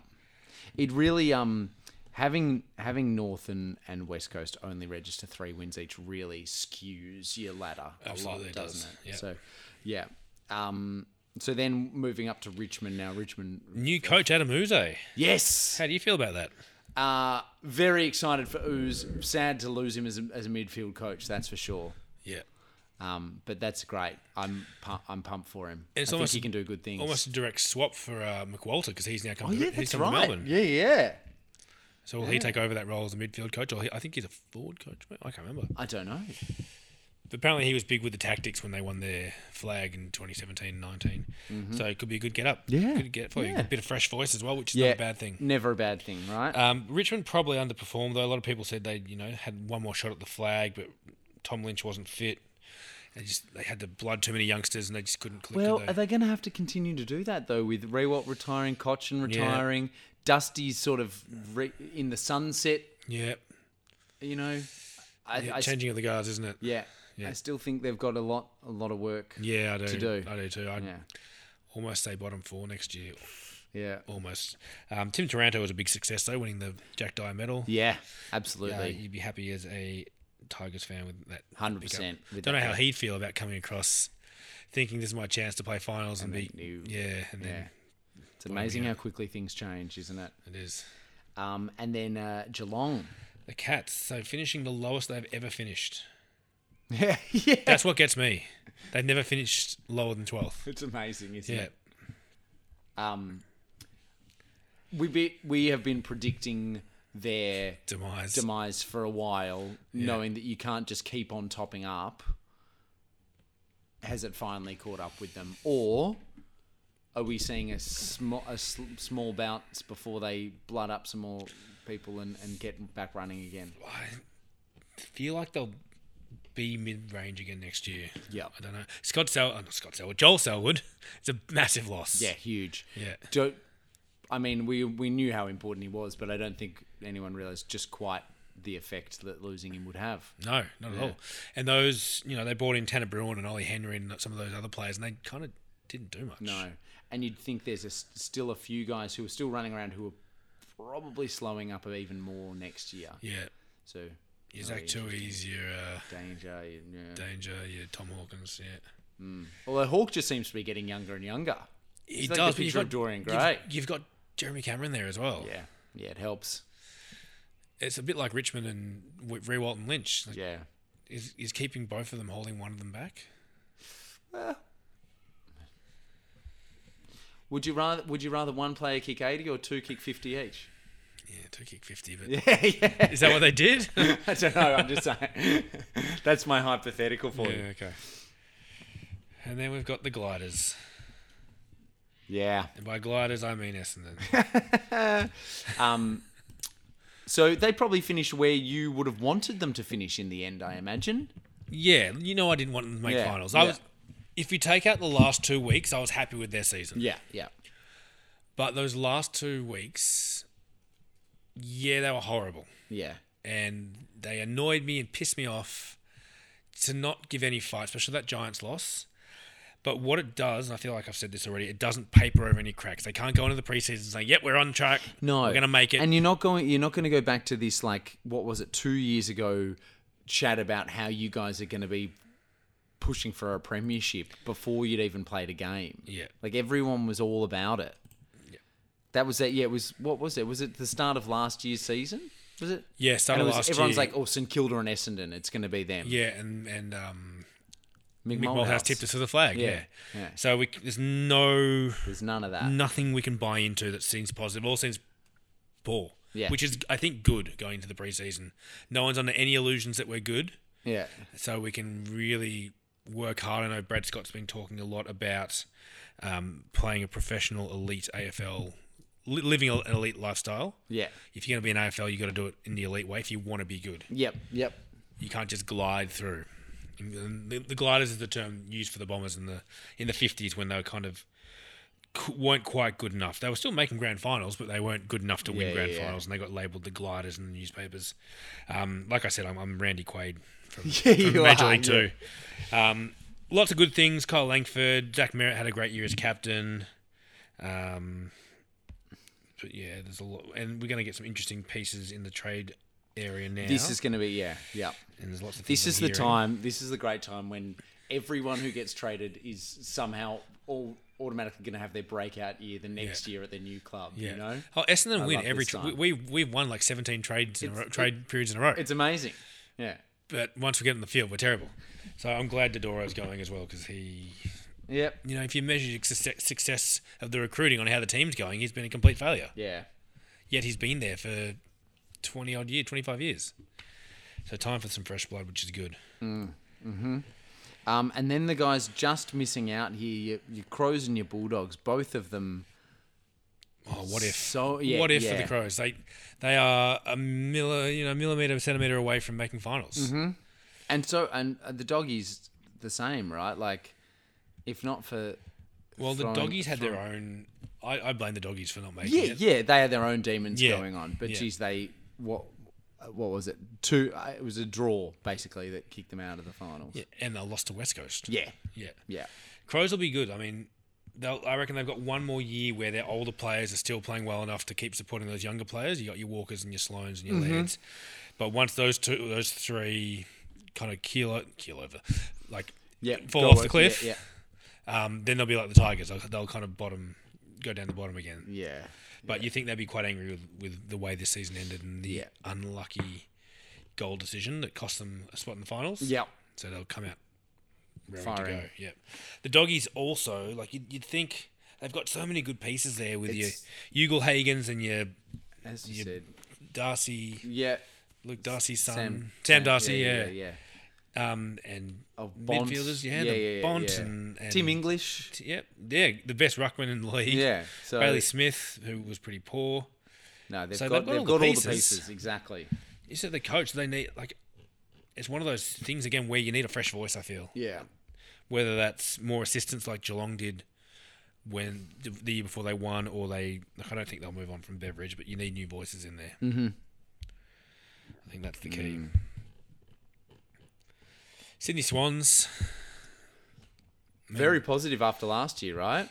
It really um having having North and, and West Coast only register three wins each really skews your ladder
Absolutely
a lot,
it
doesn't
does.
it?
Yeah.
So yeah. Um so then moving up to Richmond now, Richmond
New coach Adam Uze.
Yes.
How do you feel about that?
Uh very excited for Ooze. Sad to lose him as a, as a midfield coach, that's for sure.
Yeah,
Um, but that's great. I'm pu- I'm pumped for him.
It's
I
almost-
think he can do good things.
almost a direct swap for uh, McWalter because he's now come.
oh
to,
yeah,
he's
that's
come to
right.
Melbourne.
Yeah, yeah.
So will he take over that role as a midfield coach, or he, I think he's a forward coach? mate? I can't remember.
I don't know.
But apparently, he was big with the tactics when they won their flag in 2017 19. So it could be a good get up.
Mm-hmm. Yeah.
Good get for you.
Yeah.
A bit of fresh voice as well, which is
Yeah,
not a bad thing.
Never a bad thing, right?
Um, Richmond probably underperformed, though. A lot of people said they, you know, had one more shot at the flag, but Tom Lynch wasn't fit. They just they had to blood too many youngsters and they just couldn't click.
Well,
could
are they going to have to continue to do that though, with Rewalt retiring, Cochin retiring, Dusty's sort of re- in the sunset?
yeah.
You know, I,
yeah
I s-
changing of the guards, isn't it?
yeah, I still think they've got a lot, a lot of work.
Yeah, I do.
To do.
I do too. I'd
yeah,
almost say bottom four next year.
yeah,
Almost. Um, Tim Taranto was a big success, though, winning the Jack Dyer medal.
yeah.
Yeah,
Absolutely,
you'd be happy as a Tigers fan with that.
hundred percent.
Don't know how he'd feel about coming across, thinking this is my chance to play finals and, be
then you-
yeah, and then
It's amazing how quickly things change, isn't it?
it is
Um, and then uh, Geelong.
the Cats. So finishing the lowest they've ever finished.
yeah, yeah.
That's what gets me. They've never finished lower than twelfth.
It's amazing, isn't
Yeah,
it? Um, we be, we have been predicting their
demise.
demise for a while, knowing that you can't just keep on topping up. Has it finally caught up with them, or are we seeing a small a sl- small bounce before they blood up some more people and, and get back running again?
feel like they'll be mid range again next year.
Yeah.
I don't know. Scott Sel, oh, not Scott Selwood, Joel Selwood. It's a massive loss.
Yeah, huge.
Yeah.
Do, I mean, we we knew how important he was, but I don't think anyone realised just quite the effect that losing him would have.
No, not at all. And those, you know, they brought in Tanner Bruin and Ollie Henry and some of those other players, and they kind of didn't do much.
No, and you'd think there's a, s- still a few guys who are still running around who are probably slowing up even more next year.
Yeah.
So
Yeah, Zach Tui's your uh,
danger. Yeah.
danger, your Tom Hawkins, yeah.
Although Hawk just seems to be getting younger and younger.
He
like the
but you've
picture of
got-
Dorian
you've-
Gray.
You've, got Jeremy Cameron there as well.
Yeah, yeah, it helps.
It's a bit like Richmond and W- Ray Walton Lynch. Like,
Yeah.
is, is keeping both of them holding one of them back?
Would you rather? Would you rather one player kick eighty or two kick fifty each?
Yeah, two kick 50, but
Yeah, yeah.
is that what they did? yeah,
I don't know. I'm just saying. That's my hypothetical for you.
okay. And then we've got the gliders.
Yeah.
And by gliders, I mean Essendon.
Um, so they probably finished where you would have wanted them to finish in the end, I imagine.
Yeah, you know I didn't want them to make
Yeah,
finals. I
yeah.
was, if you take out the last two weeks, I was happy with their season.
Yeah, yeah,
But those last two weeks, yeah, they were horrible,
yeah,
and they annoyed me and pissed me off to not give any fight, especially that Giants loss. But what it does, and I feel like I've said this already, it doesn't paper over any cracks. They can't go into the preseason saying, "Yep, we're on track.
No,
we're gonna make it."
And you're not going. You're not going to go back to this like what was it two years ago? Chat about how you guys are going to be pushing for a premiership before you'd even played a game.
Yeah.
like everyone was all about it. That was that. Yeah, it was. What was it? Was it the start of last year's season? Was it?
yeah, start
And it
of
was,
last
everyone's
year.
like, "Oh, St Kilda and Essendon, it's going to be them."
yeah, and and um,
Mick,
Mick Malthouse tipped us to the flag. Yeah,
Yeah, yeah.
So we, c- there's no
There's none of that.
nothing we can buy into that seems positive or seems poor.
Yeah.
Which is, I think, good going into the preseason. No one's under any illusions that we're good,
Yeah,
so we can really work hard. I know Brad Scott's been talking a lot about um, playing a professional elite AFL, li- living an elite lifestyle.
yeah,
If you're going to be an AFL, you got to do it in the elite way if you want to be good.
yep, yep.
You can't just glide through. And The, the gliders is the term used for the bombers in the in the fifties when they were kind of c- weren't quite good enough. They were still making grand finals, but they weren't good enough to win
Yeah,
grand
yeah, yeah.
finals, and they got labelled the gliders in the newspapers. Um, like I said, I'm, I'm Randy Quaid from,
Yeah,
from
you
Major
are,
League Two. Um, lots of good things. Kyle Langford, Zach Merritt had a great year as captain. Um, but yeah, there's a lot, and we're going to get some interesting pieces in the trade area now.
This is going to be yeah, yeah.
and there's lots of
This
things
is
I'm
the
hearing.
time. This is the great time when everyone who gets traded is somehow all automatically going to have their breakout year the next year at their new club. You know,
Oh, Essendon win
love
every
this
tra-
time.
we we- we've won like seventeen trades in a row, trade periods in a row.
it's amazing. Yeah,
but once we get in the field, we're terrible. So I'm glad Dodoro's going as well because he,
yep,
you know, if you measure your success, success of the recruiting on how the team's going, he's been a complete failure.
yeah.
Yet he's been there for twenty odd years, twenty five years. So time for some fresh blood, which is good.
Um, and then the guys just missing out here. Your, your crows and your bulldogs, both of them.
Oh, what if?
So- yeah,
what if for
yeah.
the Crows? They they are a milli, you know, millimeter, centimeter away from making finals.
Mm-hmm. And so, and uh, the doggies the same, right? Like, if not for
Well, the
Throwing-
doggies had their own. I, I blame the doggies for not making
Yeah,
it.
yeah, they had their own demons
Yeah.
going on. But
Yeah.
geez, they what what was it? Two. Uh, it was a draw basically that kicked them out of the finals.
Yeah, and they lost to West Coast.
yeah,
yeah.
yeah.
Crows will be good. I mean, they'll. I reckon they've got one more year where their older players are still playing well enough to keep supporting those younger players. You got your Walkers and your Sloans and your
Mm-hmm.
Lairds. But once those two, those three, kind of keel o- keel over, like
Yeah,
fall
go
off
over-
the cliff,
Yeah,
um, then they'll be like the Tigers. They'll, they'll kind of bottom, go down the bottom again.
yeah, yeah.
But you think they'd be quite angry with, with the way this season ended and the
Yeah.
unlucky goal decision that cost them a spot in the finals.
Yep.
So they'll come out raring
Firing.
to go. Yeah. The doggies also like you'd, you'd think they've got so many good pieces there with
It's-
your Ugal Hagens and your
As you
Yeah.
said,
Darcy
yeah.
Luke Darcy's son
Sam,
Sam, Darcy. Yeah,
yeah,
um, and
Of Bont.
midfielders. Yeah,
Yeah,
the
yeah, yeah,
Bont
yeah.
And, and
Tim English.
T- Yep, yeah, the best ruckman in the league.
Yeah, so-
Bailey Smith, who was pretty poor.
No, they've
So
got, they've got all, the, pieces. Exactly.
You said the coach. They need like it's one of those things again where you need a fresh voice. I feel
Yeah.
whether that's more assistance like Geelong did when the- the year before they won, or they like, I don't think they'll move on from Beveridge, but you need new voices in there. Mm-hmm. I think that's the key. Sydney Swans,
Very positive after last year, right?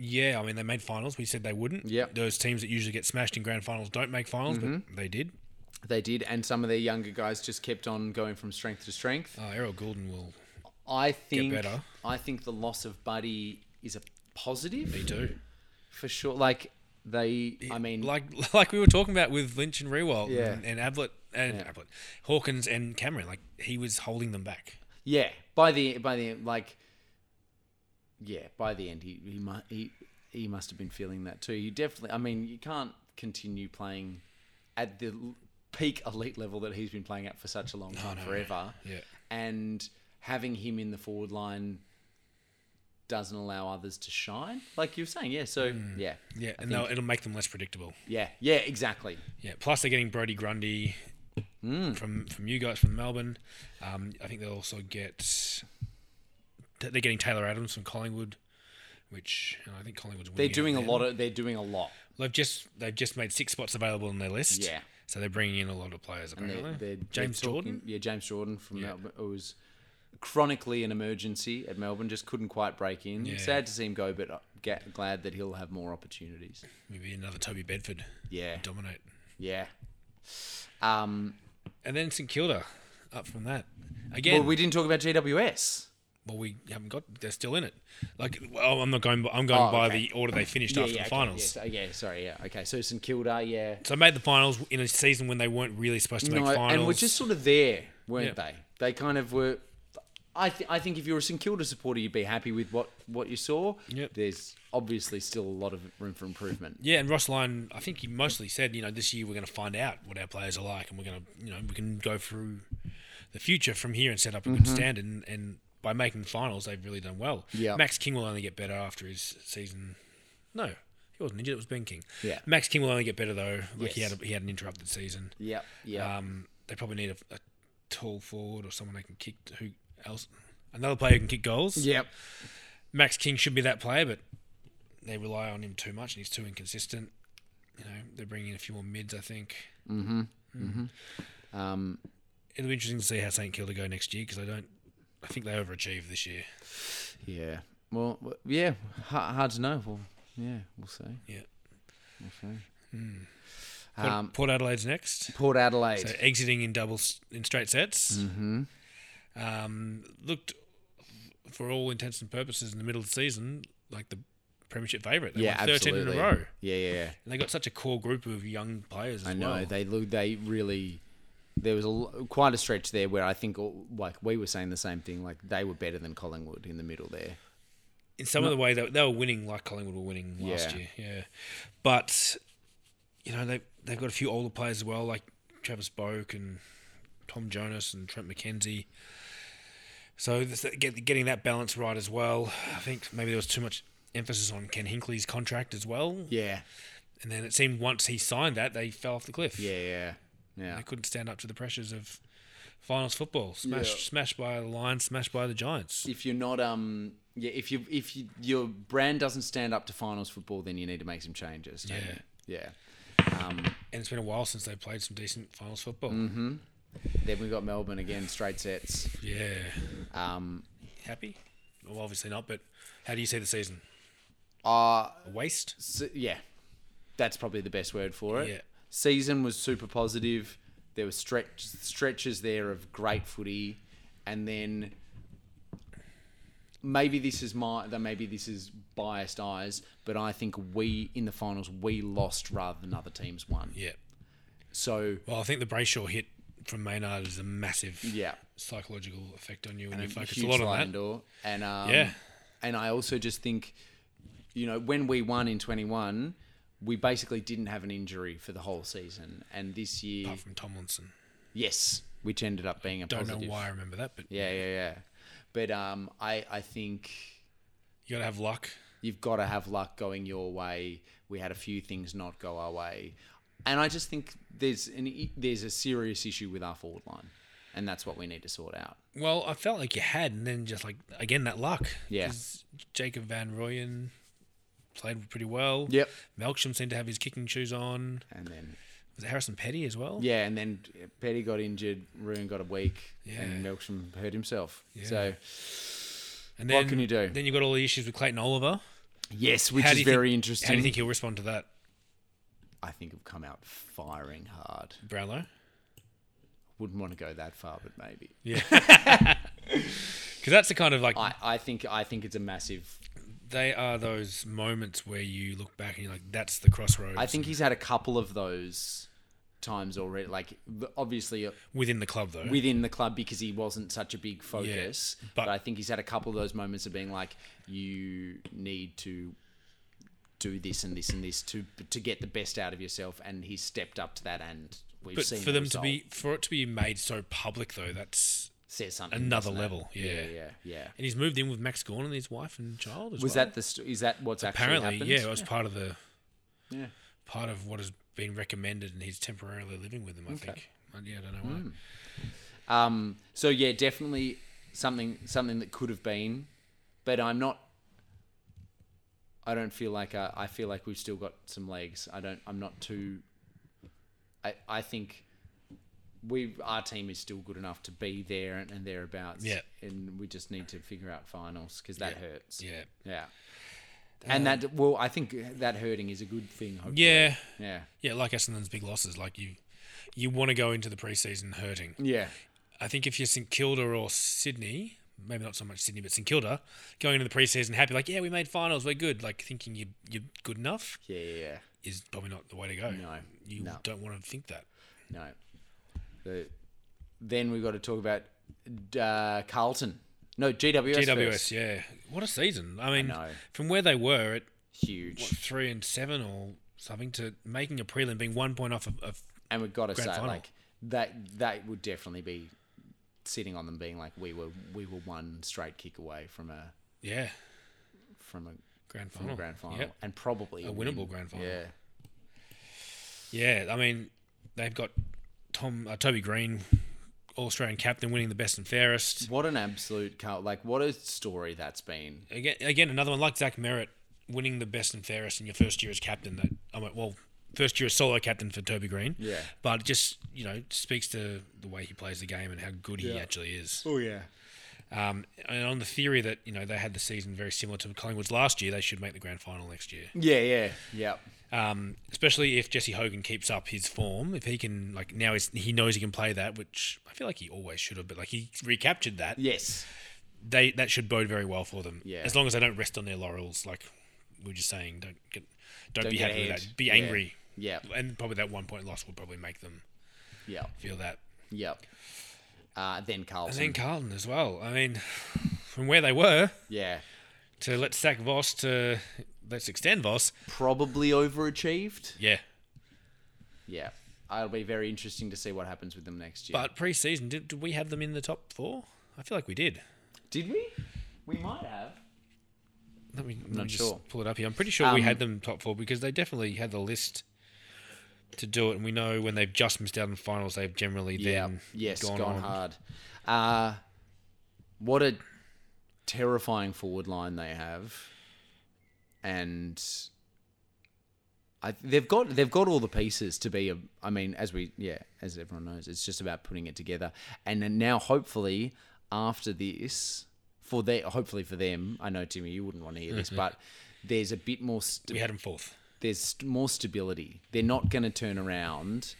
yeah, I mean they made finals. We said they wouldn't.
Yep. Mm-hmm.
those teams that usually get smashed in grand finals don't make finals, but they did.
They did, and some of their younger guys just kept on going from strength to strength.
Oh, Errol Goulden will.
I think
better.
I think the loss of Buddy is a
They
positive
do.
for sure. Like they, I mean,
like like we were talking about with Lynch and Rewalt
Yeah.
and, and Ablett and
Yeah.
Ablett, Hawkins and Cameron. Like he was holding them back.
yeah. By the by the like, yeah. By the end, he he mu- he he must have been feeling that too. He definitely. I mean, you can't continue playing at the l- peak elite level that he's been playing at for such a long time, forever.
Yeah.
and having him in the forward line doesn't allow others to shine. Like you were saying, yeah. So
Mm.
yeah,
Yeah, and they'll- it'll make them less predictable.
yeah, yeah, exactly.
Yeah. Plus they're getting Brody Grundy
Hmm.
from from you guys from Melbourne. Um, I think they'll also get they're getting Taylor Adams from Collingwood, which and I think Collingwood's
They're
winning.
doing a lot of. They're doing a lot.
They've just they've just made six spots available in their list.
Yeah.
So they're bringing in a lot of players
They're,
apparently.
they're- they're
James
talking-
Jordan.
yeah, James Jordan from Melbourne. It was chronically an emergency at Melbourne. Just couldn't quite break in.
Yeah.
Sad to see him go, but uh, ga- glad that he'll have more opportunities.
Maybe another Toby Bedford.
Yeah,
Dominate.
yeah. Um,
And then St Kilda, up from that. Again,
well, we didn't talk about GWS.
haven't got. They're still in it. Like, well, I'm not going. by- I'm going
Oh,
by
okay.
the order they finished
Yeah,
after
yeah,
the
okay,
finals.
yeah, so- yeah, sorry, yeah, okay. So St Kilda, yeah,
So they made the finals in a season when they weren't really supposed to make finals.
and were just sort of there, weren't
Yeah.
they? They kind of were. I, th- I think if you were a St Kilda supporter, you'd be happy with what, what you saw.
Yep.
There's obviously still a lot of room for improvement.
yeah, and Ross Lyon, I think he mostly said, you know, this year we're going to find out what our players are like, and we're going to, you know, we can go through the future from here and set up a
Mm-hmm.
good standard. And, and by making finals, they've really done well.
Yeah.
Max King will only get better after his season. No, he wasn't injured. It was Ben King.
Yeah.
Max King will only get better though. Like he
Yes.
had a, he had an interrupted season.
Yep, yeah.
Um, they probably need a, a tall forward or someone they can kick. Who else? Another player who can kick goals.
yep.
Max King should be that player, but they rely on him too much and he's too inconsistent. You know, they're bringing in a few more mids. I think
Um,
it'll be interesting to see how St Kilda go next year because I don't. I think they overachieved this year.
yeah. Well, w- yeah. Hard, hard to know. Well, yeah, we'll see.
Yeah.
We'll see.
Port,
Um,
Port Adelaide's next.
Port Adelaide.
So exiting in doubles in straight sets. Mm-hmm. Um, looked for all intents and purposes in the middle of the season like the premiership favourite. They
yeah,
won thirteen
absolutely.
in a row.
Yeah, yeah. yeah.
And they got such a core group of young players. As
I know
well.
they lo- they really there was a l- quite a stretch there where I think all, like we were saying the same thing like they were better than Collingwood in the middle there.
in some of the way they, they were winning, like Collingwood were winning last
Yeah.
year. Yeah, but you know they they've got a few older players as well, like Travis Boak and Tom Jonas and Trent McKenzie. So this, get, getting that balance right as well. I think maybe there was too much emphasis on Ken Hinkley's contract as well,
Yeah.
and then it seemed once he signed that they fell off the cliff.
Yeah, yeah. Yeah.
they couldn't stand up to the pressures of finals football. Smashed, smashed by the Lions, smashed by the Giants.
If you're not um yeah, if you if you, your brand doesn't stand up to finals football then you need to make some changes. don't
Yeah.
you? Yeah.
And it's been a while since they played some decent finals football.
Mm-hmm. Then we got Melbourne again straight sets.
Yeah.
Um
happy? Well, obviously not. But how do you see the season?
uh
A waste.
so, yeah. That's probably the best word for it.
Yeah.
Season was super positive. There were stretch, stretches there of great footy, and then maybe this is my then maybe this is biased eyes, but I think we in the finals we lost rather than other teams won.
Yeah.
So
Well, I think the Brayshaw hit from Maynard is a massive
yeah,
psychological effect on you, and, you
a
focus a
huge
lot on
sliding
that.
door. And um,
Yeah.
and I also just think, you know, when we won in twenty one, we basically didn't have an injury for the whole season, and this year,
Apart from Tomlinson,
yes, which ended up being a
Don't
positive.
know why I remember that, but
Yeah, yeah, yeah. But um, I I think
you gotta have luck.
you've got to have luck going your way. We had a few things not go our way, and I just think there's an e, there's a serious issue with our forward line, and that's what we need to sort out.
Well, I felt like you had, and then just like again that luck.
Yeah.
'Cause Jacob Van Royen played pretty well.
Yep.
Melksham seemed to have his kicking shoes on.
And then
Was it Harrison Petty as well?
yeah, and then Petty got injured, Ruin got a week, and
Yeah.
Melksham hurt himself. So
And
What can you do?
Then you got all the issues with Clayton Oliver,
yes, which
How do
is
you think-
very
How do
interesting.
you think he'll respond to that,
I think it'll come out firing hard.
Brownlow?
Wouldn't want to go that far, but maybe.
Because that's the kind of like
I, I think I think it's a massive.
they are those moments where you look back and you're like, that's the crossroads.
I think he's had a couple of those times already. Like the- obviously uh,
within the club though.
within the club because he wasn't such a big focus. but,
but-
I think he's had a couple of those moments of being like, you need to do this and this and this to to get the best out of yourself, and he's stepped up to that and. We've
but
seen
for
the
them
result.
to be for it to be made so public though, that's
says something
another
doesn't it?
level, yeah.
yeah, yeah. yeah.
and he's moved in with Max Gorn and his wife and child as
Was
well.
that the? St- is that what's
apparently
actually happened?
yeah, it was part of the
Yeah.
part of what has been recommended and he's temporarily living with them, I think. Uh, Yeah, I don't know why.
Hmm. Um, so yeah, definitely something something that could have been, but I'm not. I don't feel like uh, I, I feel like we've still got some legs. I don't. I'm not too. I I think we our team is still good enough to be there and, and thereabouts.
Yeah.
and we just need to figure out finals because that hurts.
Yeah. Uh,
yeah. And that well, I think that hurting is a good thing. Hopefully.
Yeah.
yeah,
Yeah, like Essendon's big losses, like you you want to go into the preseason hurting.
yeah.
I think if you're St Kilda or Sydney, maybe not so much Sydney, but St Kilda, going into the preseason happy, like yeah, we made finals, we're good, like thinking you you're good enough
Yeah, yeah, yeah.
is probably not the way to go.
No,
you
no.
don't want to think that.
No. The, then we've got to talk about uh, Carlton. No, GWS.
GWS,
first.
yeah, what a season! I mean,
know.
from where they were at
Huge.
three and seven or something to making a prelim, being one point off of, of
And we've got to
Grand
say,
final.
like that, that would definitely be sitting on them, being like, we were, we were one straight kick away from a,
yeah,
from a,
grand
from
final,
a grand final,
Hmm. Yep.
and probably
A winnable grand final.
Yeah,
Yeah, I mean, they've got Tom uh, Toby Green, All Australian captain, winning the best and fairest.
what an absolute Carl! Like, what a story that's been.
again, again, another one like Zach Merritt winning the best and fairest in your first year as captain. That I mean, well, first year as solo captain for Toby Green.
Yeah.
but it just you know speaks to the way he plays the game and how good he actually is.
Oh yeah,
Um, and on the theory that you know they had the season very similar to Collingwood's last year, they should make the grand final next year.
yeah, yeah, yeah.
Um, especially if Jesse Hogan keeps up his form, if he can like now he's, he knows he can play that, which I feel like he always should have, but like he recaptured that.
Yes,
they that should bode very well for them.
Yeah.
As long as they don't rest on their laurels, like we were just saying, don't get, don't,
Don't
be
get
happy with
ahead.
that. Be
Yeah.
angry.
yeah,
And probably that one point loss will probably make them
yeah,
feel that.
yeah. Uh, then
And
Carlton.
then Carlton as well. I mean, from where they were
yeah,
to let's sack Voss to let's extend Voss.
probably overachieved.
Yeah.
Yeah. It'll be very interesting to see what happens with them next year.
But preseason, did, did we have them in the top four? I feel like we did.
did we? We might have.
Let me, let me just
sure.
pull it up here. I'm pretty sure we
Um,
had them top four because they definitely had the list to do it. And we know when they've just missed out on finals, they've generally
Yeah.
then
Yes, gone,
on.
hard. Uh, what a terrifying forward line they have. And I, they've got they've got all the pieces to be a I mean as we yeah as everyone knows it's just about putting it together and then now hopefully after this for their hopefully for them I know Timmy you wouldn't want to hear this but there's a bit more st-
We had them fourth.
there's st- more stability. They're not going to turn around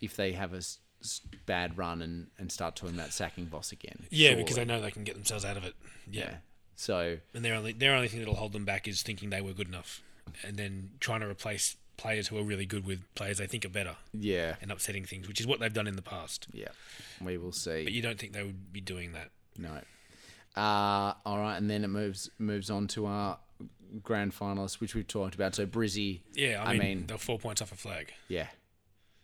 if they have a s- s- bad run and, and start talking about sacking Boss again.
Yeah, because
surely.
they know they can get themselves out of it. Yeah.
so
And their only their only thing that'll hold them back is thinking they were good enough, and then trying to replace players who are really good with players they think are better,
yeah,
and upsetting things, which is what they've done in the past.
yeah, we will
But
see.
you don't think they would be doing that.
No, uh, all right, and then it moves moves on to our grand finalists, which we've talked about. So Brizzy,
Yeah, I
I
mean,
mean-
they're four points off a flag.
yeah,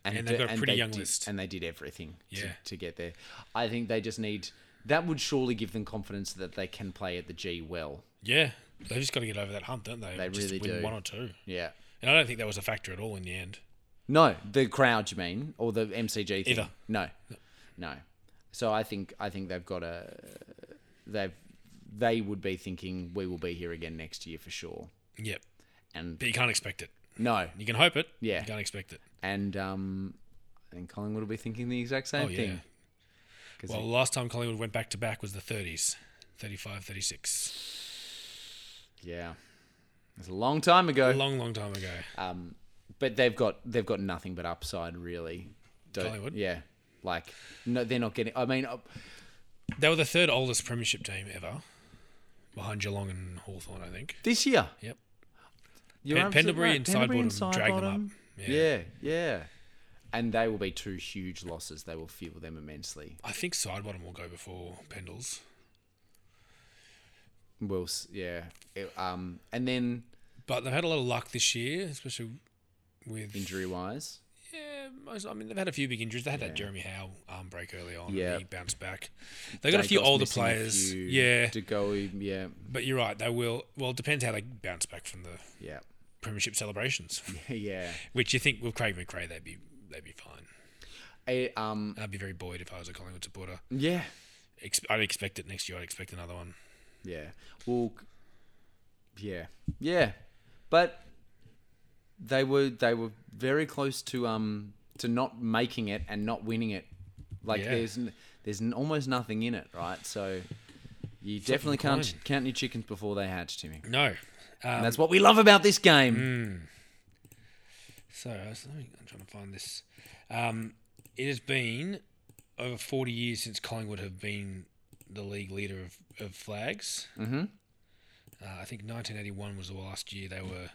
And they've got a pretty
they
young
did-
list.
And they did everything
Yeah.
to, to get there. I think they just need that would surely give them confidence that they can play at the G well.
Yeah, they just got to get over that hump, don't they?
They
just
really
win
do.
One or two,
Yeah.
and I don't think that was a factor at all in the end.
No, the crowd, you mean, or the MCG thing?
Either.
No, no. So I think I think they've got a they've they would be thinking we will be here again next year for sure.
Yep,
And
but you can't expect it.
no,
You can hope it.
Yeah.
you can't expect it.
and um, and Collingwood will be thinking the exact same
Oh, yeah.
thing. 'Cause
Well,
it-
last time Collingwood went back to back was the 30s, 35, 36,
yeah, it's a long time ago.
a long, long time ago.
Um, but they've got they've got nothing but upside really. Don't-
Collingwood?
yeah. Like no, they're not getting. I mean, uh,
They were the third oldest premiership team ever, behind Geelong and Hawthorn, I think.
this year.
Yep.
You're
Pen-
absolutely
Pendlebury and Sidebottom drag them up.
Yeah. yeah, And they will be two huge losses. They will fuel them immensely.
I think Sidebottom will go before Pendles.
Will s- yeah. It- um, and then
But they've had a lot of luck this year, especially with
injury wise,
Yeah, most, I mean they've had a few big injuries. They had that Jeremy Howe arm break early on.
Yeah.
and he bounced back. They got a few older players. yeah,
to go. Yeah,
but you're right. They will. Well, it depends how they bounce back from the
yeah,
premiership celebrations,
yeah.
which you think with Craig McRae they'd be they'd be fine.
I, um,
I'd be very buoyed if I was a Collingwood supporter.
yeah,
Ex- I'd expect it next year. I'd expect another one.
yeah. Well, yeah, yeah. But they were they were very close to um to not making it and not winning it. Like
Yeah.
there's n- there's n- almost nothing in it, right? So you definitely can't
coin.
count your chickens before they hatch, Timmy.
No. Um,
and that's what we love about this game.
mm. So I was- let me- I'm trying to find this. Um, it has been over 40 years since Collingwood have been the league leader of, of flags. Mm-hmm. Uh, I think 1981 was the last year they were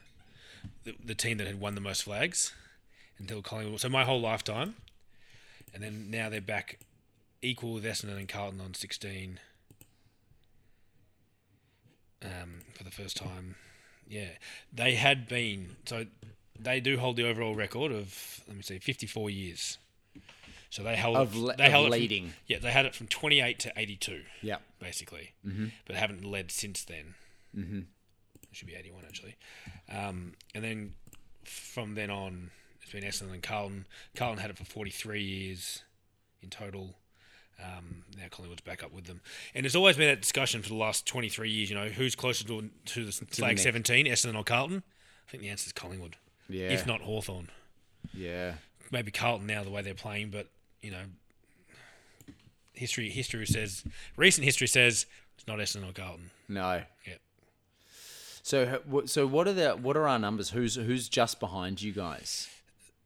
the, the team that had won the most flags until Collingwood. So my whole lifetime, and then now they're back equal with Essendon and Carlton on 16 um, for the first time. Yeah, they had been so they do hold the overall record of let me see, 54 years. So they held
Of le-
they
of
held it from-
leading.
yeah, they had it from 28 to 82
Yeah,
basically, but haven't led since then. Mm-hmm. It should be 81 actually. Um, and then from then on, it's been Essendon and Carlton. Carlton had it for 43 years in total. Um, now Collingwood's back up with them, and it's always been that discussion for the last 23 years. You know, who's closer to, to the flag
neck.
17, Essendon or Carlton? I think the answer is Collingwood,
yeah,
if not Hawthorn.
yeah,
Maybe Carlton now the way they're playing, but you know, history history says recent history says it's not Essendon or Carlton.
no.
Yeah.
So h- wh- so what are the what are our numbers? Who's who's just behind you guys?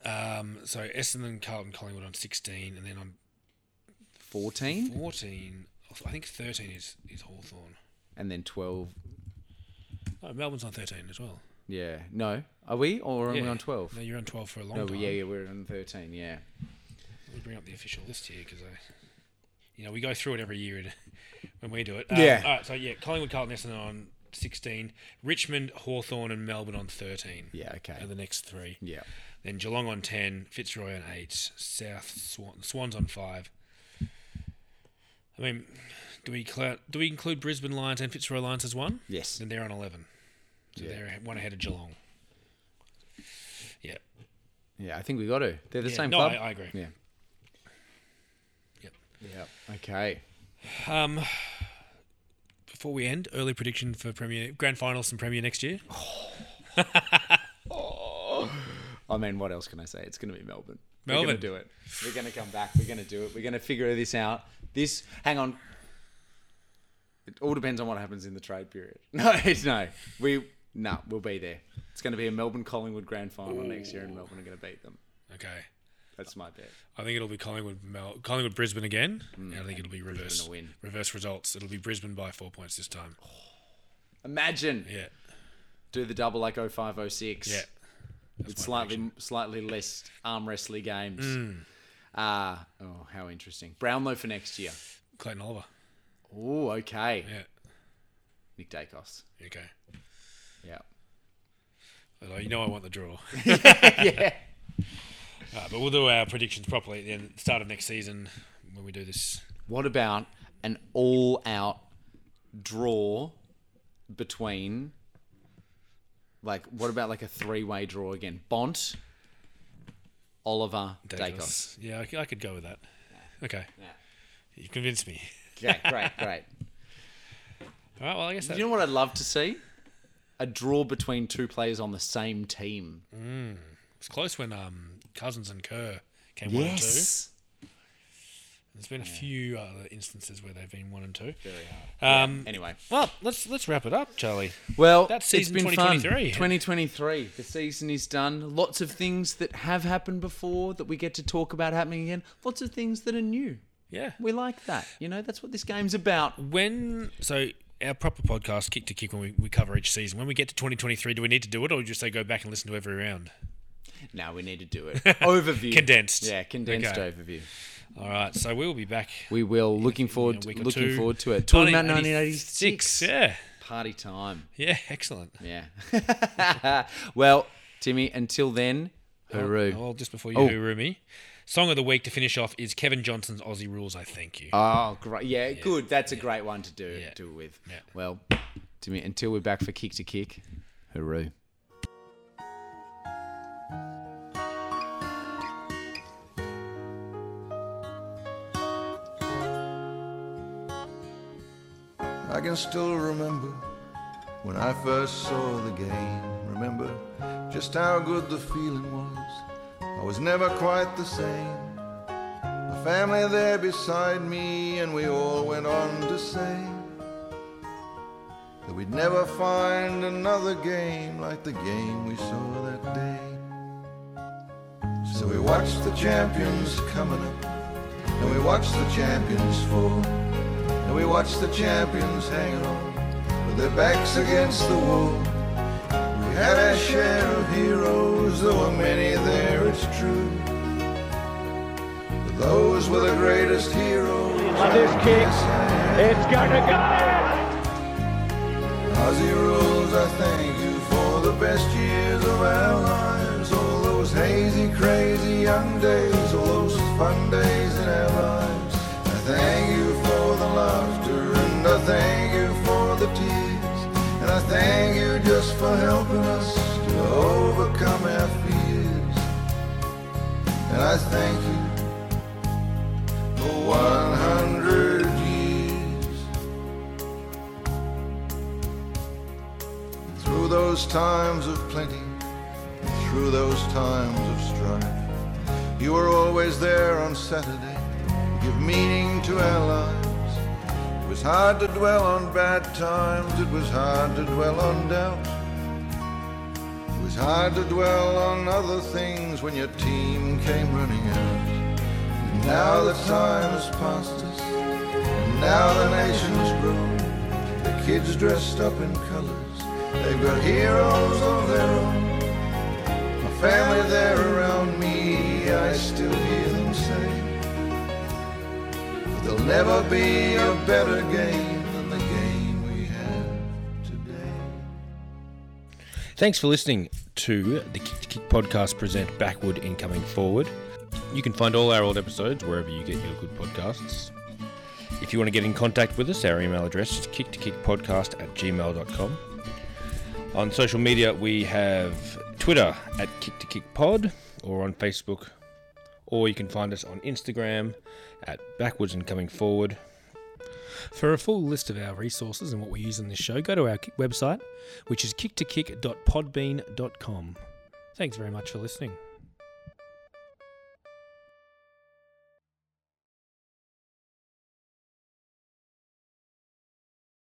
Um, so Essendon, Carlton, Collingwood on 16, and then on
Fourteen
14, I think 13 is, is Hawthorn.
and then twelve.
No, Melbourne's on 13 as well.
Yeah, no. Are we or are we
Yeah.
on twelve?
No, you're on 12 for a long
No,
time.
Oh, yeah, yeah, we're on thirteen. Yeah,
Let me bring up the official list here because I, you know, we go through it every year and- when we do it. Um,
Yeah.
All right, so yeah, Collingwood, Carlton, Essendon on 16, Richmond, Hawthorn, and Melbourne on 13.
yeah, okay,
Are the next three.
yeah,
Then Geelong on 10, Fitzroy on 8, South Swan, Swans on 5. I mean, do we cl- do we include Brisbane Lions and Fitzroy Lions as one?
yes,
Then they're on 11. So
Yeah.
they're one ahead of Geelong. Yeah.
yeah. I think we got to. They're the
Yeah,
same
no,
club.
I- I agree.
Yeah.
Yep.
Yeah. Okay.
Um, before we end, early prediction for Premier Grand Finals and Premier next year.
I mean, what else can I say? It's going to be Melbourne. We're
Melbourne.
going to do it. We're going to come back. We're going to do it. We're going to figure this out. This, hang on. It all depends on what happens in the trade period. No, it's no. We, no, we'll be there. It's going to be a Melbourne Collingwood grand final next year, and Melbourne are going to beat them.
Okay.
That's my bet.
I think it'll be Collingwood Mel- Collingwood Brisbane again. and I think it'll be reverse
will Hmm. win. Oh,
reverse results. It'll be Brisbane by 4 points this time.
Imagine
Yeah.
do the double like 0506.
Yeah.
It's slightly slightly less arm wrestling games. Ah, oh, how interesting. Brownlow for next year.
Clayton Oliver.
Oh, okay.
Yeah.
Nick Dacos.
Okay.
Yeah.
Although you know I want the draw.
yeah.
Uh, but we'll do our predictions properly at the end, start of next season when we do this.
What about an all out draw between like what about like a three way draw again? Bont, Oliver, Dacos.
Dacos. Yeah, I, c- I could go with that. Okay. You convinced me.
Okay, great, great.
All right, well, I guess that,
You know what I'd love to see? A draw between two players on the same team.
it's close when um, Cousins and Kerr came one and two. There's been a few other instances where they've been one and two. Very hard. Um,
Anyway.
Well, let's let's wrap it up, Charlie.
Well,
That's season
it's been fun.
2023.
2023. The season is done. Lots of things that have happened before that we get to talk about happening again. Lots of things that are new.
Yeah.
We like that. You know, that's what this game's about.
When so our proper podcast kick to kick when we, we cover each season. When we get to 2023, do we need to do it, or just say go back and listen to every round?
Now we need to do it. Overview.
Condensed.
Yeah, condensed
Okay.
overview.
All right. So we will be back.
We will. Looking
in
forward.
a week or
looking
two.
forward to it. Talking about
1986.
1986.
Yeah.
Party time.
Yeah. Excellent.
Yeah. well, Timmy. Until then,
Oh,
hooroo.
Well, just before you
Oh.
hooroo me, song of the week to finish off is Kevin Johnson's Aussie Rules. I thank you.
Oh, great. Yeah, good. That's a great one to do
Yeah.
do it with.
Yeah.
Well, to me, until we're back for kick to kick, hooroo.
I can still remember when I first saw the game. Remember just how good the feeling was. I was never quite the same. My family there beside me, and we all went on to say that we'd never find another game like the game we saw that day. So we watched the champions coming up, and we watched the champions fall. And we watched the champions hang on with their backs against the wall. We had our share of heroes, there were many there, it's true. But those were the greatest heroes.
On this kick,
Yes, I am.
it's gonna go!
Aussie rules, I thank you for the best years of our lives. All those hazy, crazy young days, all those fun days in our lives. I thank you for the laughter, and I thank you for the tears. And I thank you just for helping us to overcome our fears. And I thank you for 100 years. Through those times of plenty, through those times of strife, you were always there on Saturday to give meaning to our lives. It was hard to dwell on bad times, it was hard to dwell on doubt. It was hard to dwell on other things when your team came running out. And now the time has passed us, and now the nation's grown. The kids dressed up in colors, they've got heroes of their own. My family there around me, I still hear them say. But there'll never be a better game than the game we have today.
Thanks for listening to the Kick to Kick podcast present Backward Incoming Forward. You can find all our old episodes wherever you get your good podcasts. If you want to get in contact with us, our email address is kicktokickpodcast at gmail.com. On social media, we have Twitter at kicktokickpod or on Facebook, or you can find us on Instagram at backwards and coming forward.
For a full list of our resources and what we use on this show, go to our kick website, which is kicktokick.podbean.com. Thanks very much for listening.